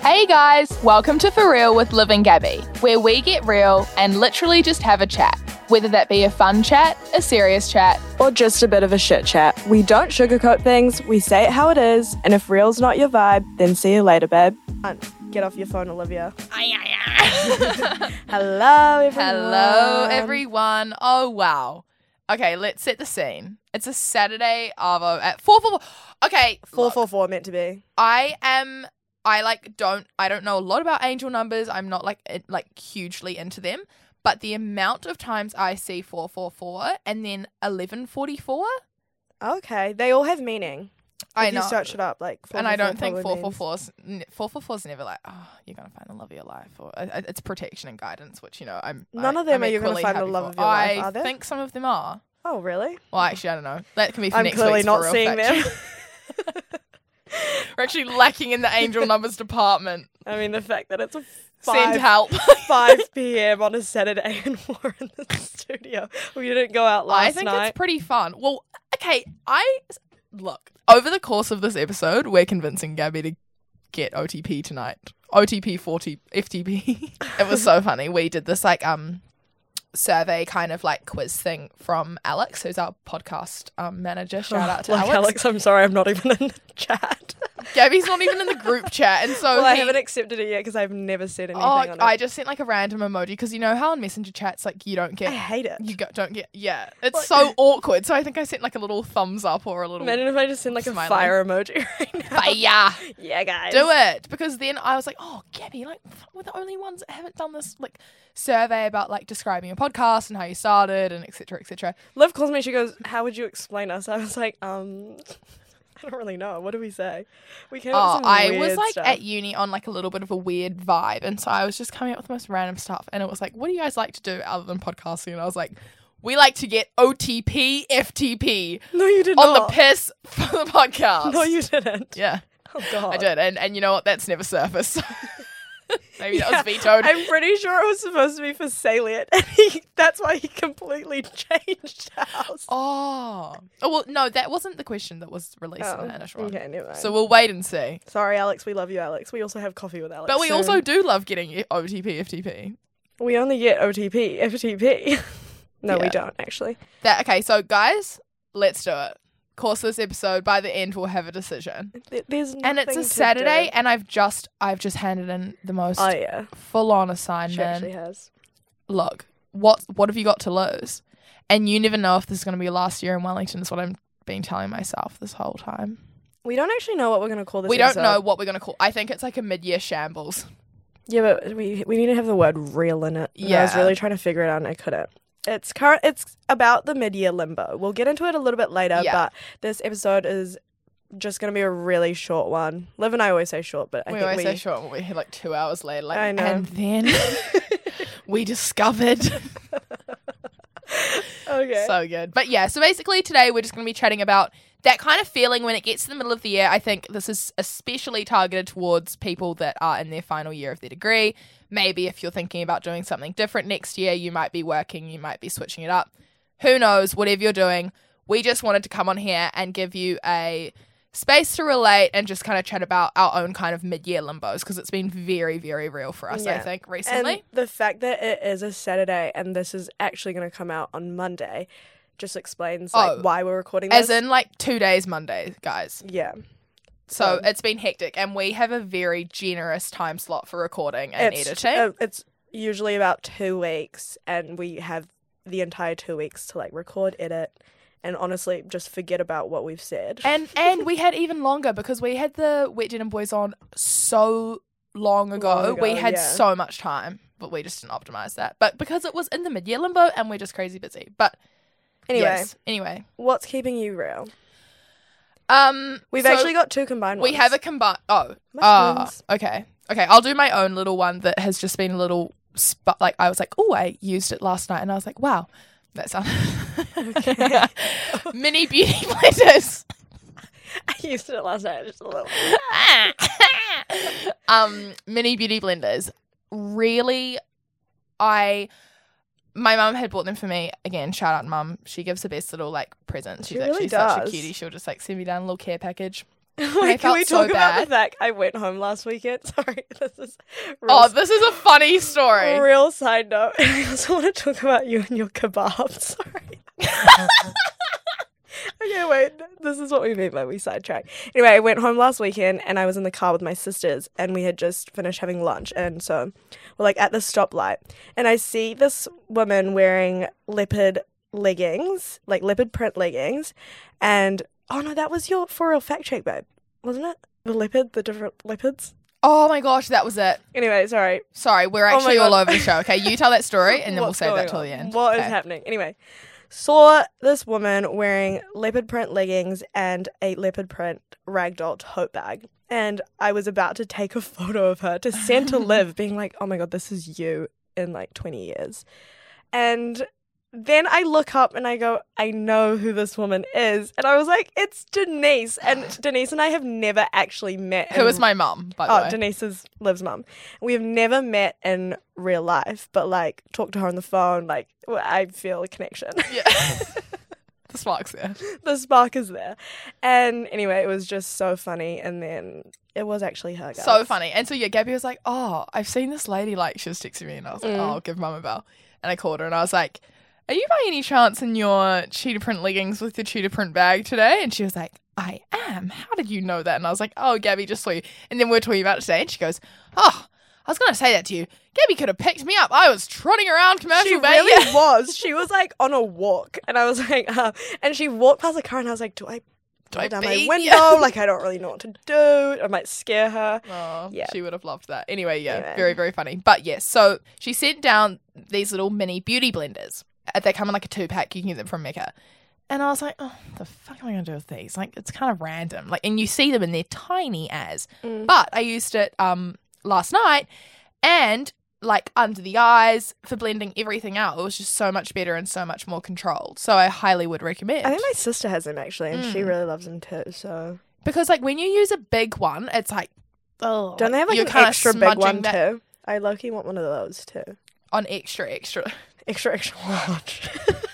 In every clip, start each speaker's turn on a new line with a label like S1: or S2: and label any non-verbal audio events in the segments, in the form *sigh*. S1: Hey guys, welcome to For Real with Liv and Gabby, where we get real and literally just have a chat. Whether that be a fun chat, a serious chat,
S2: or just a bit of a shit chat. We don't sugarcoat things, we say it how it is, and if real's not your vibe, then see you later, babe. Get off your phone, Olivia. Hello, everyone.
S1: *laughs* Hello, everyone. Oh, wow. Okay, let's set the scene. It's a Saturday Arvo at 4 4. Okay,
S2: Four
S1: look,
S2: four four meant to be.
S1: I am. I like don't. I don't know a lot about angel numbers. I'm not like it- like hugely into them. But the amount of times I see 444 and then 1144,
S2: Okay, they all have meaning.
S1: I
S2: if
S1: know.
S2: you search it up, like
S1: and I don't
S2: 444
S1: think
S2: probably means-
S1: 444's, n- 444's never like, oh, you're going to find the love of your life. or uh, uh, It's protection and guidance, which, you know, I'm.
S2: None
S1: I-
S2: of them
S1: I'm
S2: are you're gonna
S1: equally
S2: find the
S1: happy
S2: love
S1: for.
S2: of your life,
S1: I
S2: are there?
S1: think some of them are.
S2: Oh,
S1: *laughs*
S2: really?
S1: Well, actually, I don't know. That can be for
S2: I'm
S1: next
S2: clearly
S1: week's
S2: not
S1: for real
S2: seeing
S1: fact
S2: them.
S1: check. *laughs* We're actually lacking in the
S2: *laughs*
S1: angel numbers department.
S2: *laughs* I mean, the fact that it's a
S1: *laughs* Send
S2: five,
S1: help.
S2: *laughs* 5 p.m. on a Saturday *laughs* and we're in the studio. We didn't go out last
S1: I think
S2: night.
S1: it's pretty fun. Well, okay, I look over the course of this episode, we're convincing Gabby to get OTP tonight. OTP forty FTP. *laughs* it was so funny. We did this like um survey kind of like quiz thing from Alex, who's our podcast um, manager.
S2: *laughs*
S1: Shout out to
S2: like
S1: Alex.
S2: Alex, I'm sorry, I'm not even in the
S1: *laughs*
S2: chat.
S1: Gabby's not even in the
S2: *laughs*
S1: group chat, and so
S2: well, I
S1: he-
S2: haven't accepted it yet because I've never said anything
S1: Oh,
S2: on it.
S1: I just sent like a random emoji because you know how in messenger chats like you don't
S2: I
S1: get
S2: *sighs* hate it.
S1: you go, don't get yeah it's
S2: What?
S1: so awkward. So I think I sent like a little thumbs up or a little
S2: *laughs* Imagine if I just send like
S1: Smiling.
S2: a fire emoji *laughs* right now.
S1: fire.
S2: Yeah, guys.
S1: do *laughs* it because then I was like, oh, Gabby, like fuck, we're the only ones that haven't done this like survey about like describing your podcast and how you started and etc. Cetera, etc.
S2: Liv calls me. She goes, "How would you explain us?" *laughs* I was like, "Um, I don't really know. What do we say?" We came up
S1: Oh,
S2: with some
S1: I was
S2: weird
S1: like
S2: stuff.
S1: at uni on like a little bit of a weird vibe, and so I was just coming up with the most random stuff, and it was like, what do you guys like to do other than podcasting? And I was like. We like to get OTP, FTP
S2: *laughs* no, you did
S1: on the
S2: not.
S1: piss for the podcast.
S2: no, you didn't.
S1: *laughs* Yeah,
S2: Oh God,
S1: I did. And, and you know what? That's never surfaced. *laughs* Maybe
S2: Yeah,
S1: that
S2: *laughs*
S1: was vetoed.
S2: I'm pretty sure it was supposed to be for salient, *laughs* and he, that's why he completely *laughs* changed house.
S1: Oh. Oh well, no, that wasn't the question that was released
S2: Oh,
S1: in the initial one.
S2: okay, never mind.
S1: So we'll wait and see.
S2: Sorry, Alex. We love you, Alex. We also have coffee with Alex.
S1: But we
S2: soon.
S1: also do love getting i- OTP FTP.
S2: we only get OTP, FTP. *laughs* no, we
S1: Yeah.
S2: don't actually.
S1: That okay? So guys, let's do it. Of course, this episode by the end we'll have a decision.
S2: Th- There's nothing
S1: And it's
S2: to
S1: a
S2: do.
S1: Saturday, and I've just I've just handed in the most
S2: Oh yeah,
S1: full on
S2: she actually
S1: assignment.
S2: has.
S1: Look, what what have you got to lose? And you never know if this is going to be your last year in Wellington. Is what I've been telling myself this whole time.
S2: We don't actually know what we're gonna call this.
S1: we don't
S2: episode.
S1: know what we're going to call. I think it's like a mid year shambles.
S2: Yeah, but we we need to have the word real in it. And I was
S1: Yeah.
S2: really trying to figure it out and I couldn't. It's current it's about the mid year limbo. We'll get into it a little bit later,
S1: Yeah.
S2: but this episode is just gonna be a really short one. Liv and I always say short, but I
S1: we
S2: think
S1: always
S2: we
S1: say short when we hit like two hours later. Like,
S2: I know.
S1: And
S2: *laughs*
S1: then we discovered.
S2: Okay.
S1: so good. But yeah, so basically today we're just going to be chatting about that kind of feeling when it gets to the middle of the year. I think this is especially targeted towards people that are in their final year of their degree. Maybe if you're thinking about doing something different next year, you might be working, you might be switching it up. Who knows? Whatever you're doing, we just wanted to come on here and give you a space to relate and just kind of chat about our own kind of mid-year limbos because it's been very very real for us i
S2: Yeah.
S1: think recently
S2: and the fact that it is a Saturday and this is actually gonna come out on Monday just explains like
S1: Oh.
S2: why we're recording
S1: as
S2: this.
S1: in like two days monday guys
S2: Yeah.
S1: So
S2: Um,
S1: it's been hectic, and we have a very generous time slot for recording and
S2: it's,
S1: editing.
S2: *laughs* uh, it's usually about two weeks, and we have the entire two weeks to like record, edit, and honestly just forget about what we've said.
S1: and and we had even longer because we had the Wet Denim Boys on so long ago.
S2: Long
S1: we
S2: ago,
S1: had
S2: yeah.
S1: so much time, but we just didn't optimize that. But because it was in the mid year limbo and we're just crazy busy. But
S2: anyway,
S1: yes, anyway,
S2: what's keeping you real?
S1: um,
S2: We've
S1: so
S2: actually got two combined.
S1: we
S2: ones.
S1: have a combined. Oh, Ah, *laughs*
S2: Mushrooms.
S1: okay. Okay, I'll do my own little one that has just been a little sp- like I was like, "Oh, I used it last night." And I was like, "Wow, that sounds
S2: Okay.
S1: *laughs* Mini beauty
S2: *laughs*
S1: blenders.
S2: I used it last night just a little.
S1: um mini beauty blenders. Really I my mum had bought them for me. Again, shout out mum. She gives the best little like presents.
S2: She
S1: She's
S2: really
S1: actually such
S2: does.
S1: a cutie. She'll just like send me down a little care package.
S2: *laughs* Wait, can
S1: felt
S2: we
S1: so
S2: talk about
S1: bad.
S2: the fact I went home last weekend? *laughs* Sorry, this is real,
S1: Oh, this is a funny story.
S2: real side note. *laughs* I also want to talk about you and your kebab. *laughs* Sorry. okay, wait. This is what we mean by we sidetrack. Anyway, I went home last weekend and I was in the car with my sisters and we had just finished having lunch and so we're like at the stoplight and I see this woman wearing leopard leggings, like leopard print leggings, and oh no, that was your for real fact check, babe, wasn't it? The leopard, the different leopards.
S1: Oh my gosh, that was it.
S2: Anyway, sorry.
S1: Sorry, we're
S2: Oh my
S1: actually all
S2: God.
S1: over the show. Okay, you tell that
S2: *laughs*
S1: story and then
S2: What's
S1: we'll save that
S2: going
S1: till the
S2: on?
S1: end.
S2: What is
S1: Okay.
S2: happening? Anyway, saw this woman wearing leopard print leggings and a leopard print ragdoll tote bag. And I was about to take a *laughs* photo of her to
S1: *laughs*
S2: send to Liv, being like, oh my God, this is you in like 20 years. And then I look up and I go, I know who this woman is. And I was like, it's Denise. And
S1: *gasps*
S2: Denise and I have never actually met.
S1: Who
S2: in
S1: is my mum, by the
S2: Oh,
S1: way?
S2: Denise's Liv's mum. We have never met in real life, but like talk to her on the phone, like well, I feel a connection.
S1: *laughs*
S2: *laughs*
S1: yeah. the spark's there.
S2: the spark is there. And anyway, it was just so funny. And then it was actually her. Guys.
S1: So funny. And so yeah, Gabby was like, "Oh, I've seen this lady. Like, she was texting me, and I was like,
S2: Mm.
S1: oh, I'll give mum a bell." And I called her, and I was like, "Are you by any chance in your cheetah print leggings with your cheetah print bag today?" And she was like, "I am. How did you know that?" And I was like, "Oh, Gabby just saw you." And then we we're talking about it today, and she goes, "Oh." I was gonna say that to you. Gabby could have picked me up. I was trotting around commercial
S2: She
S1: bay. *laughs*
S2: really was. She was like on a walk, and I was like, uh, and she walked past the car, and I was like, do I
S1: Do I
S2: roll down my
S1: beat *laughs* you?
S2: window? like I don't really know what to do. I might scare her.
S1: Oh,
S2: Yeah.
S1: she would have loved that. Anyway, yeah,
S2: Anyway.
S1: very, very funny. But yes, so she sent down these little mini beauty blenders. Uh, They come in like a two pack. You can get them from Mecca. And I was like, oh, the fuck am I going to do with these? Like, it's kind of random. Like, and you see them and they're tiny as.
S2: Mm.
S1: But I used it um last night and like under the eyes for blending everything out. It was just so much better and so much more controlled. So I highly would recommend.
S2: I think my sister has them actually, and she
S1: Mm.
S2: really loves them too. So
S1: because like when you use a big one, it's like, oh,
S2: don't they have like
S1: you're
S2: an
S1: kinda
S2: extra big
S1: smudging
S2: one
S1: that
S2: too? I low key want one of those too.
S1: on extra, extra.
S2: extra extra large.
S1: *laughs*
S2: *laughs*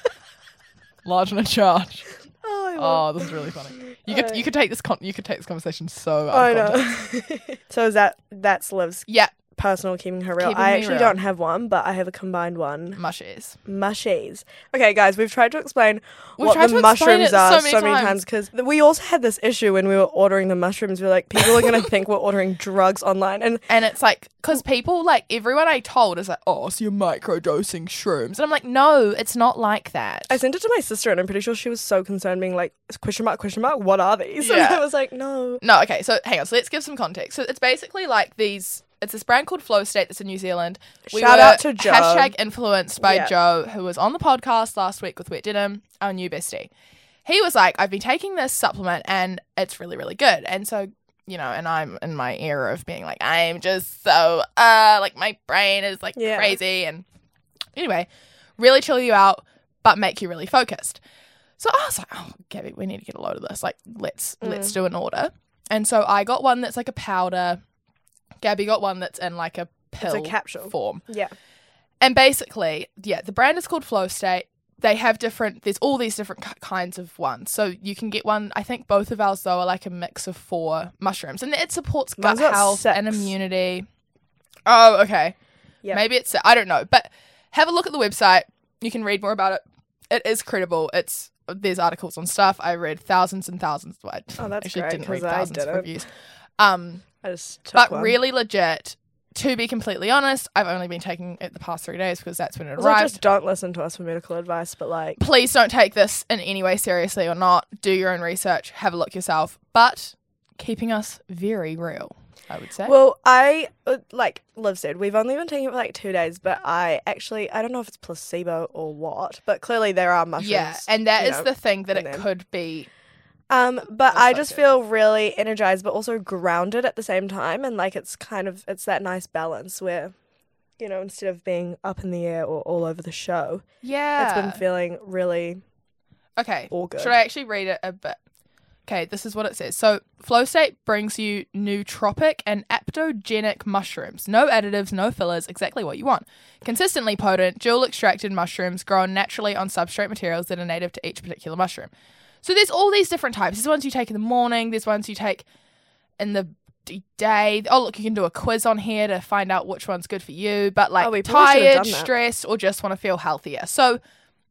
S1: large and in charge.
S2: oh, I
S1: *laughs* Oh, this is really funny. You could
S2: Alright.
S1: you could take this con- you could take this conversation so. Out
S2: I
S1: of context.
S2: know. *laughs* so is that that's Liv's
S1: Yeah,
S2: personal keeping her real?
S1: Keeping
S2: I
S1: me
S2: actually
S1: real.
S2: don't have one, but I have a combined one.
S1: mushies.
S2: Mushies. Okay, guys, we've tried to explain
S1: We've
S2: what
S1: tried to
S2: the
S1: explain
S2: mushrooms
S1: it
S2: are
S1: so many times.
S2: because we also had this issue when we were ordering the mushrooms. We were like, people
S1: *laughs*
S2: are going to think we're ordering drugs online, and
S1: And it's like because people like everyone I told is like, oh, so you're microdosing shrooms, and I'm like, no, it's not like that.
S2: I sent it to my sister, and I'm pretty sure she was so concerned, being like, question mark, question mark, what are these? *laughs* And
S1: Yeah.
S2: I was like, no.
S1: No, okay. So hang on. So let's give some context. So it's basically like these. It's this brand called Flow State that's in New Zealand.
S2: Shout out to Joe.
S1: Hashtag influenced by
S2: Yeah.
S1: Joe, who was on the podcast last week with Wet Denim, our new bestie. He was like, I've been taking this supplement and it's really, really good. And so, you know, and I'm in my era of being like, I'm just so, uh, like my brain is like
S2: Yeah.
S1: crazy. And anyway, really chill you out, but make you really focused. So I was like, oh, Gabby, we need to get a load of this. Like, let's
S2: Mm.
S1: let's do an order. And so I got one that's like a powder. Gabby got one that's in like a
S2: It's
S1: pill
S2: a capsule.
S1: form.
S2: Yeah.
S1: And basically, yeah, the brand is called Flow State. They have different. There's all these different ki kinds of ones. So you can get one. I think both of ours though are like a mix of four mushrooms, and it supports gut
S2: Mine's got
S1: health and
S2: six.
S1: immunity. Oh, okay.
S2: Yeah.
S1: Maybe it's I don't know, but have a look at the website. You can read more about it. It is credible. It's there's articles on stuff. I read thousands and thousands. Well, I
S2: Oh, that's
S1: actually
S2: great,
S1: didn't read
S2: 'cause I
S1: thousands of
S2: didn't.
S1: reviews. Um,
S2: I just took
S1: but
S2: one.
S1: really legit. To be completely honest, I've only been taking it the past three days because that's when it
S2: Also,
S1: arrived.
S2: just don't listen to us for medical advice, but like,
S1: Please don't take this in any way seriously or not. Do your own research. Have a look yourself. But keeping us very real, I would say.
S2: well, I uh, like Liv said, we've only been taking it for like two days, but I actually I don't know if it's placebo or what, but clearly there are mushrooms.
S1: yeah, and that
S2: you
S1: is
S2: know,
S1: the thing that it
S2: and then-
S1: could be.
S2: um, but
S1: That's
S2: I
S1: not
S2: just
S1: good.
S2: feel really energized, but also grounded at the same time, and like it's kind of it's that nice balance where, you know, instead of being up in the air or all over the show,
S1: Yeah,
S2: it's been feeling really
S1: okay.
S2: all good.
S1: Should I actually read it a bit? Okay, this is what it says. So, Flow State brings you nootropic and aptogenic mushrooms. No additives, no fillers, exactly what you want. Consistently potent, dual extracted mushrooms grown naturally on substrate materials that are native to each particular mushroom. So, there's all these different types. There's ones you take in the morning, there's ones you take in the d- day. Oh, look, you can do a quiz on here to find out which one's good for you. But like
S2: Oh, we probably should've
S1: tired,
S2: done that.
S1: stressed, or just want to feel healthier. So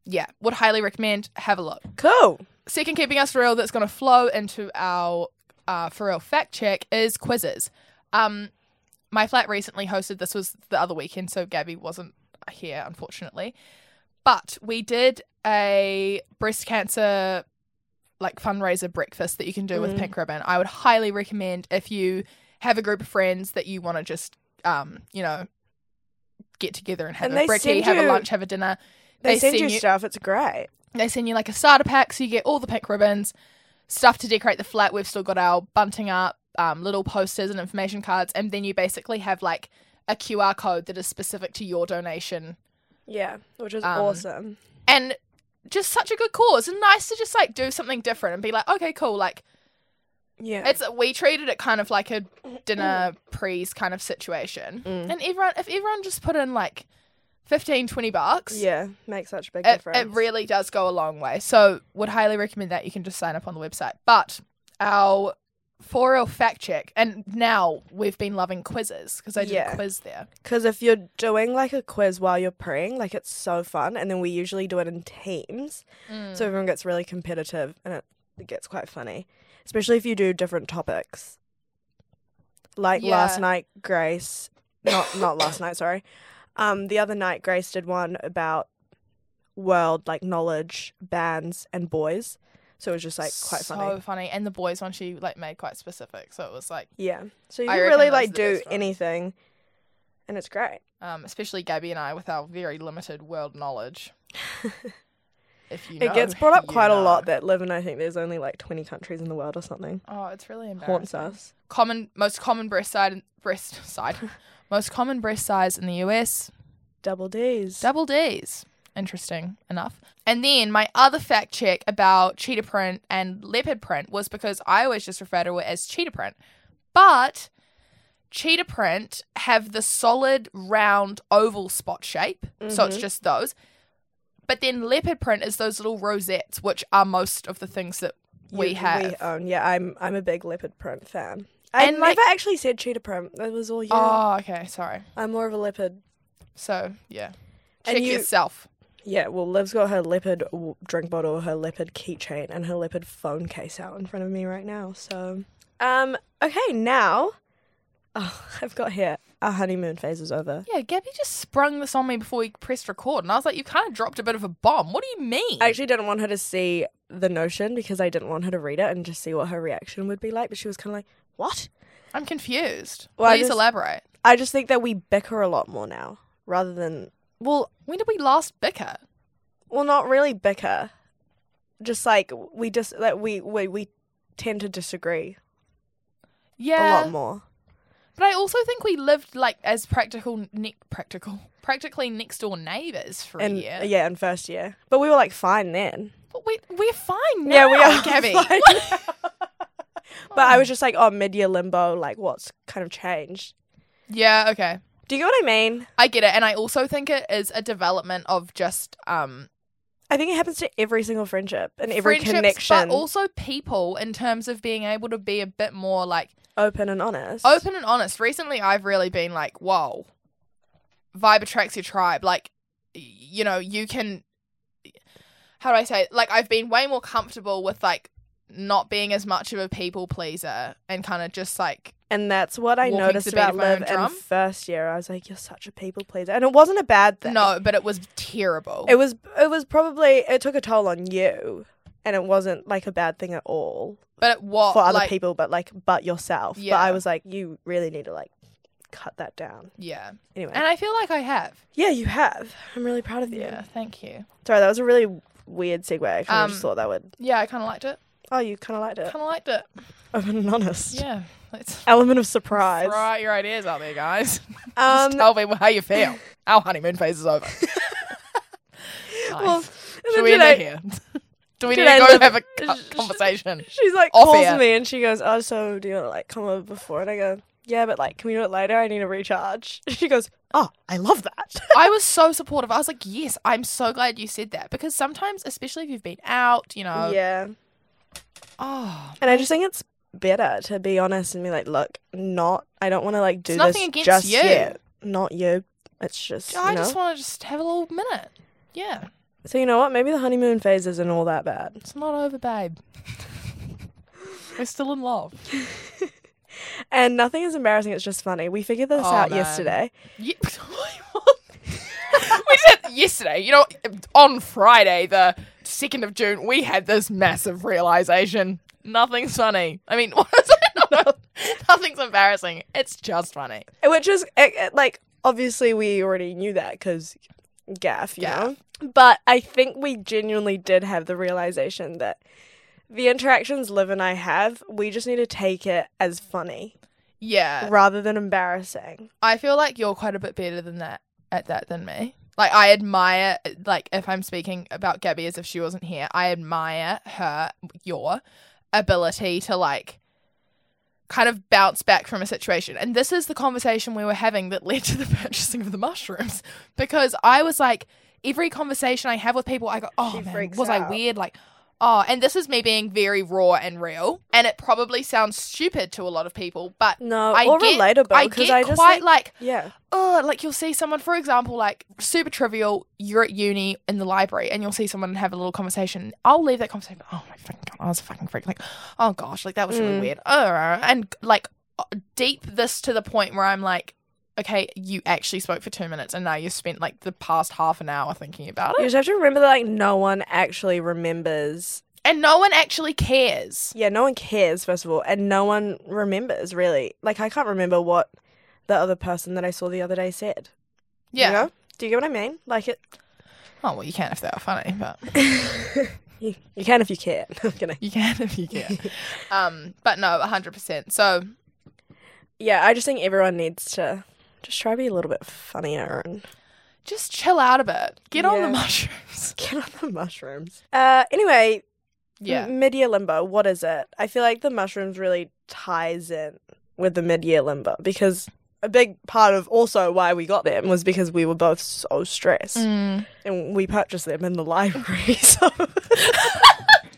S1: yeah, would highly recommend. Have a look.
S2: Cool.
S1: Second, keeping us real, that's going to flow into our uh, for real fact check is quizzes. Um, my flat recently hosted. This was the other weekend, so Gabby wasn't here, unfortunately. But we did a breast cancer like fundraiser breakfast that you can do with
S2: Mm.
S1: Pink Ribbon. I would highly recommend if you have a group of friends that you want to just um, you know get together and have
S2: And
S1: a
S2: they
S1: brekkie,
S2: send
S1: have a
S2: you-
S1: lunch, have a dinner.
S2: They,
S1: They
S2: send
S1: send
S2: you
S1: you-
S2: stuff. It's great.
S1: They send you like a starter pack, so you get all the pink ribbons, stuff to decorate the flat. We've still got our bunting up, um, little posters and information cards, and then you basically have like a QR code that is specific to your donation.
S2: Yeah, which is
S1: Um,
S2: awesome.
S1: And just such a good cause, and nice to just like do something different and be like, okay, cool. Like
S2: Yeah.
S1: it's we treated it kind of like a dinner prees kind of situation,
S2: Mm.
S1: and everyone if everyone just put in like 15, 20 bucks,
S2: yeah, makes such a big
S1: it,
S2: difference.
S1: it really does go a long way. So would highly recommend that. You can just sign up on the website. But our for real fact check, and now we've been loving quizzes because I did
S2: Yeah.
S1: a quiz there.
S2: Because if you're doing like a quiz while you're praying, like it's so fun. And then we usually do it in teams.
S1: Mm.
S2: So everyone gets really competitive and it, it gets quite funny. Especially if you do different topics. Like
S1: Yeah.
S2: last night, Grace, not, not last night, sorry. Um, the other night, Grace did one about world like knowledge, bands, and boys. So it was just like quite
S1: so
S2: funny.
S1: funny. And the boys one she like made quite specific, so it was like,
S2: Yeah. So you
S1: I
S2: can
S1: reckon
S2: really
S1: that's
S2: like
S1: the
S2: do
S1: best one.
S2: anything and it's great.
S1: um, especially Gabby and I with our very limited world knowledge.
S2: *laughs*
S1: if you know,
S2: It gets brought
S1: *laughs*
S2: up
S1: you
S2: quite a lot
S1: know.
S2: that live in, I think there's only like 20 countries in the world or something.
S1: Oh, it's really embarrassing.
S2: Haunts us.
S1: Common, most common breast side, breast *laughs* side, most common breast size in the U.S.
S2: Double D's.
S1: Double D's. Interesting enough. And then my other fact check about cheetah print and leopard print was because I always just refer to it as cheetah print. But cheetah print have the solid, round, oval spot shape. So it's
S2: Mhm.
S1: just those. But then leopard print is those little rosettes, which are most of the things that
S2: Mm-hmm. You-
S1: we have.
S2: We own. Yeah, I'm I'm a big leopard print fan. I
S1: And, like-
S2: never actually said cheetah print. That was all you.
S1: Oh, okay. Sorry.
S2: I'm more of a leopard.
S1: So, yeah.
S2: And
S1: Check
S2: you-
S1: yourself.
S2: Yeah, well, Liv's got her leopard w- drink bottle, her leopard keychain, and her leopard phone case out in front of me right now. So, um, okay, now, oh, *laughs* I've got here. Our honeymoon phase is over.
S1: Yeah, Gabby just sprung this on me before we pressed record, and I was like, "You kind of dropped a bit of a bomb. What do you mean?"
S2: I actually didn't want her to see the notion because I didn't want her to read it and just see what her reaction would be like. But she was kind of like, "What?"
S1: I'm confused.
S2: Well, I
S1: Please
S2: just-
S1: elaborate.
S2: I just think that we bicker a lot more now, rather than well,
S1: When did we last bicker?
S2: well, not really bicker. Just like we just like we we we tend to disagree a
S1: Yeah,
S2: lot more.
S1: but I also think we lived like as practical, ne- practical, *laughs* practically next door neighbors for
S2: And uh,
S1: a year.
S2: yeah, in first year, but we were like fine then.
S1: But we we're fine now.
S2: Yeah, we are *laughs*
S1: Gabby.
S2: fine But I was just like, oh, mid year limbo. Like, what's kind of changed?
S1: *laughs* yeah, okay,
S2: Do you get what I mean?
S1: I get it, and I also think it is a development of just um
S2: I think it happens to every single friendship and every
S1: friendships,
S2: connection,
S1: but also people in terms of being able to be a bit more like
S2: open and honest.
S1: open and honest. Recently, I've really been like, whoa, vibe attracts your tribe. Like, y- you know, you can. How do I say? It? Like, I've been way more comfortable with like not being as much of a people pleaser and kind of just like
S2: And that's what I
S1: Walking to
S2: noticed
S1: the beat
S2: about
S1: of my own
S2: Liv in
S1: drum?
S2: first year. I was like, "You're such a people pleaser," and it wasn't a bad thing.
S1: no, but it was terrible.
S2: it was. It was probably it took a toll on you, and it wasn't like a bad thing at all
S1: but it was
S2: for other
S1: Oh, like,
S2: people, but like but yourself.
S1: Yeah.
S2: But I was like, you really need to like cut that down.
S1: yeah,
S2: Anyway,
S1: and I feel like I have.
S2: yeah, you have. I'm really proud of you.
S1: Yeah, thank you.
S2: Sorry, that was a really weird segue. I kind of
S1: Um,
S2: just thought that would.
S1: Yeah, I kind of liked it.
S2: Oh, you kind of liked it.
S1: Kind of liked it.
S2: Open and honest.
S1: Yeah, let's
S2: Element of surprise.
S1: throw your ideas out there, guys. *laughs*
S2: Um,
S1: Just tell me how you feel. Our honeymoon phase is *laughs* over. nice.
S2: well, and
S1: Should
S2: then
S1: we end
S2: today-
S1: it *laughs* here? Do we
S2: did
S1: need to
S2: I
S1: go *laughs*
S2: live-
S1: have a co-
S2: sh- sh-
S1: conversation?
S2: She's like
S1: Off
S2: calls
S1: air.
S2: me and she goes, "Oh, so do you want to like come over before?" And I go, "Yeah, but like, can we do it later? I need to recharge." *laughs* She goes, "Oh, I love that."
S1: I was so supportive. I was like, yes, I'm so glad you said that because Uh,
S2: *laughs*
S1: sometimes, especially if you've been out, you know,
S2: yeah,
S1: oh,
S2: and I just think it's better to be honest and be like, look, not. I don't want to like do
S1: It's
S2: this
S1: nothing against
S2: just
S1: you.
S2: yet. Not you. It's just
S1: I
S2: you know.
S1: just want to just have a little minute. Yeah,
S2: so you know what? Maybe the honeymoon phase isn't all that bad.
S1: it's not over, *laughs* babe. We're still in love.
S2: And nothing is embarrassing. It's just funny. We figured this
S1: Oh,
S2: out
S1: man.
S2: yesterday.
S1: Ye- *laughs* we said yesterday, you know, on Friday, the 2nd of June, we had this massive realization. Nothing's funny. I mean, *laughs* what is it? No, no. Nothing's embarrassing. It's just funny.
S2: which is it, it- like obviously we already knew that because gaff you
S1: Gaff.
S2: know but i think we genuinely did have the realization that the interactions liv and i have we just need to take it as funny
S1: Yeah.
S2: rather than embarrassing
S1: I feel like you're quite a bit better than that at that than me. Like I admire like if I'm speaking about Gabby as if she wasn't here, I admire her your ability to like kind of bounce back from a situation. And this is the conversation we were having that led to the *laughs* purchasing of the mushrooms because I was like every conversation I have with people I go, "Oh,
S2: She
S1: man,
S2: freaks
S1: was I
S2: out.
S1: weird?" like Oh, and this is me being very raw and real, and it probably sounds stupid to a lot of people, but
S2: no
S1: I
S2: or
S1: get-
S2: relatable
S1: I
S2: because
S1: get
S2: I, just
S1: quite
S2: like,
S1: like
S2: yeah
S1: oh, like you'll see someone, for example, like super trivial, you're at uni in the library and you'll see someone and have a little conversation. I'll leave that conversation. Oh my fucking god, I was a fucking freak. Like, oh gosh, like that was really
S2: Mm.
S1: weird. Oh, and like uh, deep this to the point where I'm like, okay, you actually spoke for two minutes and now you spent like the past half an hour thinking about
S2: you
S1: it.
S2: just have to remember that like no one actually remembers
S1: And no one actually cares.
S2: yeah no one cares first of all and no one remembers really like i can't remember what the other person that i saw the other day said
S1: Yeah.
S2: You know? Do you get what I mean? Like it.
S1: Oh, well, you can if they are funny, but *laughs*
S2: *laughs* you, you can if you can. *laughs* I'm kidding.
S1: you can if you can. um, but no, 100%. So
S2: *laughs* Yeah, I just think everyone needs to just try to be a little bit funnier and *laughs*
S1: just chill out a bit. Get on the *laughs*
S2: Yeah.
S1: mushrooms.
S2: get on the mushrooms. Uh, anyway,
S1: Yeah.
S2: m- mid-year limbo. What is it? I feel like the mushrooms really ties in with the mid-year limbo because a big part of also why we got them was because we were both so stressed
S1: Mm.
S2: and we purchased them in the library. *laughs* So,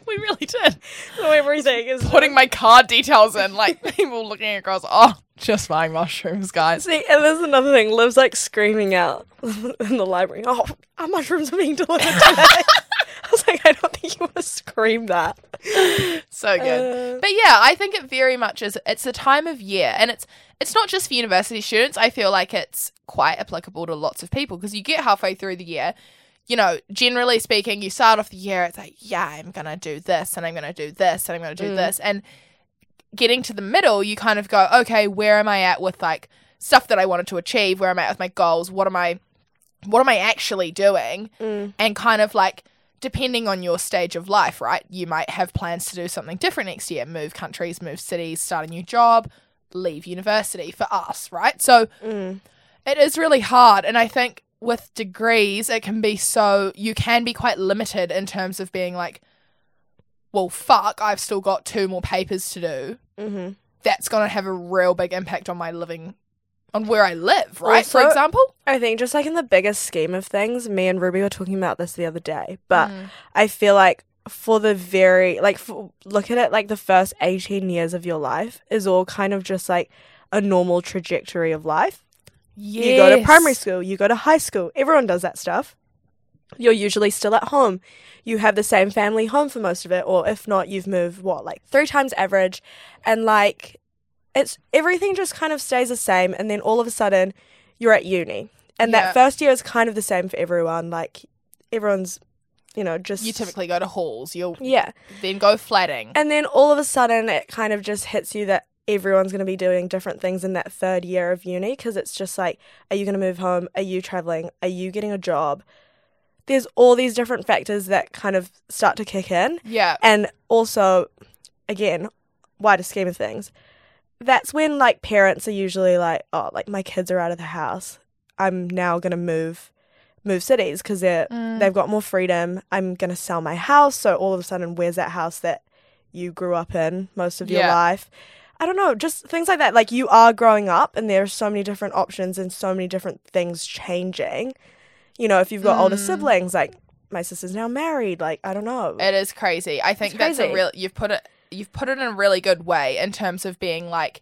S1: We really did.
S2: so everything is
S1: Putting my card details in, like *laughs* people looking across, oh, just buying mushrooms, guys.
S2: See, and there's another thing. Liv's like screaming out *laughs* in the library, "Oh, our mushrooms are being delivered!" today." *laughs* I was like, I don't think you want to scream that.
S1: So good.
S2: Uh,
S1: but yeah, I think it very much is it's a time of year and it's it's not just for university students. I feel like it's quite applicable to lots of people because you get halfway through the year, you know, generally speaking, you start off the year it's like, yeah, I'm going to do this and I'm going to do this and I'm going to do
S2: Mm.
S1: this and getting to the middle, you kind of go, okay, where am I at with like stuff that I wanted to achieve? Where am I at with my goals? What am I what am I actually doing?
S2: mm,
S1: and kind of like depending on your stage of life, right? You might have plans to do something different next year, move countries, move cities, start a new job, leave university for us, right? So
S2: mm.
S1: it is really hard and I think with degrees it can be so you can be quite limited in terms of being like well fuck, I've still got two more papers to do.
S2: hmm
S1: That's going to have a real big impact on my living on where I live, right? For
S2: Also-
S1: example?
S2: I think just like in the biggest scheme of things, me and Ruby were talking about this the other day, but
S1: Mm.
S2: I feel like for the very like for, look at it like the first 18 years of your life is all kind of just like a normal trajectory of life. You go to primary
S1: Yes.
S2: school, you go to high school. Everyone does that stuff. You're usually still at home. You have the same family home for most of it, or if not, you've moved what, like three times average. And like, it's everything just kind of stays the same. And then all of a sudden, you're at uni. And
S1: Yeah.
S2: that first year is kind of the same for everyone. Like, everyone's, you know, just.
S1: You typically go to halls. You'll
S2: Yeah.
S1: then go flatting.
S2: And then all of a sudden, it kind of just hits you that everyone's going to be doing different things in that third year of uni because it's just like, are you going to move home? Are you traveling? Are you getting a job? There's all these different factors that kind of start to kick in.
S1: Yeah.
S2: And also, again, wider scheme of things, that's when like parents are usually like, oh, like my kids are out of the house. I'm now going to move move cities because they're
S1: Mm.
S2: they've got more freedom. I'm going to sell my house. So all of a sudden, where's that house that you grew up in most of your
S1: Yeah.
S2: life? I don't know, just things like that. Like you are growing up, and there are so many different options and so many different things changing. You know, if you've got older
S1: Mm.
S2: siblings, like my sister's now married. Like I don't know.
S1: Eh, It is crazy. I think that's a
S2: crazy.
S1: real. You've put it you've put it in a really good way in terms of being like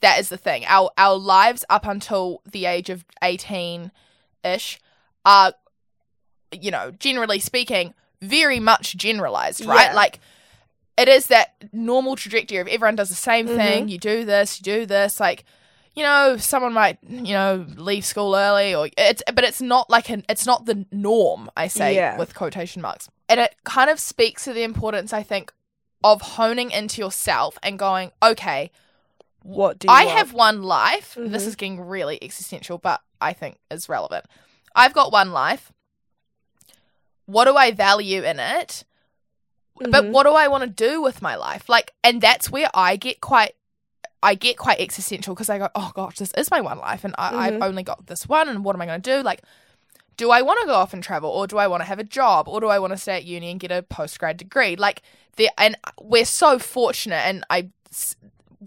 S1: that is the thing. Our our lives up until the age of 18 ish are you know, generally speaking, very much generalized, right?
S2: Yeah.
S1: Like it is that normal trajectory of everyone does the same
S2: Mm-hmm.
S1: thing. You do this, you do this, like you know, someone might, you know, leave school early or it's but it's not like an it's not the norm, I say
S2: Yeah.
S1: with quotation marks. And it kind of speaks to the importance, I think, of honing into yourself and going, okay,
S2: What do you
S1: I
S2: want?
S1: have one life. This
S2: Mhm.
S1: is getting really existential, but I think is relevant. I've got one life. What do I value in it? But
S2: Mhm.
S1: what do I want to do with my life? Like, and that's where I get quite, I get quite existential because I go, oh gosh, this is my one life, and I, I've
S2: Mhm.
S1: only got this one, and what am I going to do? Like, do I want to go off and travel, or do I want to have a job, or do I want to stay at uni and get a post grad degree? Like, there, and we're so fortunate, and I, s-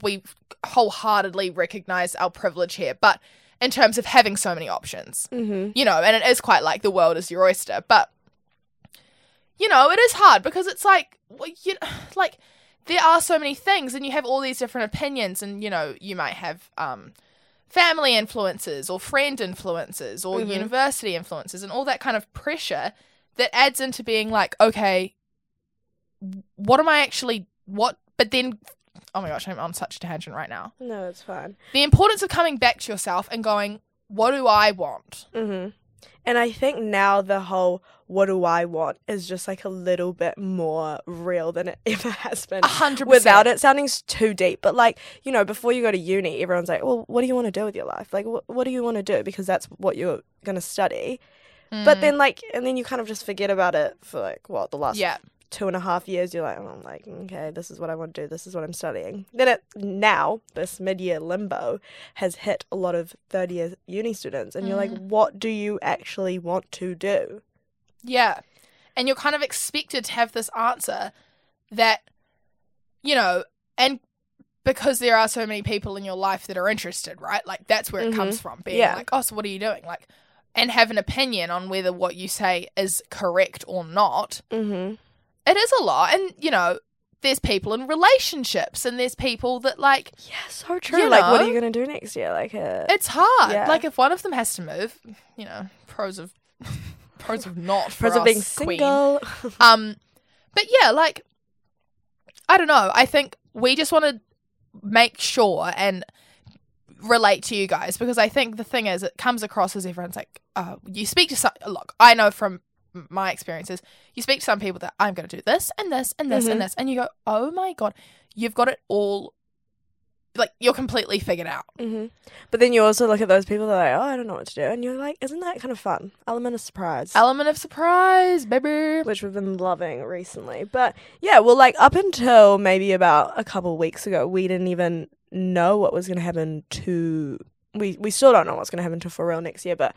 S1: we wholeheartedly recognize our privilege here, but in terms of having so many options
S2: Mhm.
S1: you know, and it is quite like the world is your oyster, but you know, it is hard because it's like, well, you *sighs* like there are so many things, and you have all these different opinions, and you know, you might have um, family influences or friend influences or
S2: Mhm.
S1: university influences, and all that kind of pressure that adds into being like, okay, what am I actually what? But then, oh my gosh, I'm on such a tangent right now.
S2: No, it's fine.
S1: The importance of coming back to yourself and going, what do I want?
S2: Mm-hmm. And I think now the whole "what do I want" is just like a little bit more real than it *laughs* ever has been.
S1: A hundred percent.
S2: Without it sounding s- too deep, but like you know, before you go to uni, everyone's like, "Well, what do you want to do with your life? Like, wh- what do you want to do?" Because that's what you're gonna study. But
S1: Mm.
S2: then, like, and then you kind of just forget about it for like what the last
S1: yeah,
S2: two and a half years, you're like, oh, like, okay, this is what I want to do. This is what I'm studying. Then it now this mid-year limbo has hit a lot of third-year uni students, and you're like,
S1: Mm-hmm.
S2: what do you actually want to do?
S1: yeah, and you're kind of expected to have this answer that you know, and because there are so many people in your life that are interested, right? Like that's where it
S2: Mhm.
S1: comes from. Being
S2: Yeah.
S1: like, oh, so what are you doing? Like, and have an opinion on whether what you say is correct or not.
S2: Mm-hmm.
S1: It is a lot, and you know, there's people in relationships, and there's people that like
S2: Yeah, so true.
S1: You
S2: like, what
S1: know?
S2: are you gonna do next year? Like, uh,
S1: it's hard.
S2: Yeah.
S1: Like if one of them has to move, you know, pros of *laughs* pros of not for
S2: pros of
S1: us,
S2: being
S1: queen.
S2: single.
S1: Um, but yeah, like I don't know. I think we just want to make sure and relate to you guys because I think the thing is, it comes across as everyone's like, uh, you speak to some. Look, I know from my experiences, you speak to some people that I'm going to do this and this and this and this, and you go, oh my god, you've got it all. Like you're completely figured out.
S2: hmm But then you also look at those people that are like, oh, I don't know what to do, and you're like, isn't that kind of fun? Element of surprise.
S1: Element of surprise, baby.
S2: which we've been loving recently. But yeah, well, like up until maybe about a couple weeks ago, we didn't even know what was going to happen to. We we still don't know what's going to happen to for real next year, but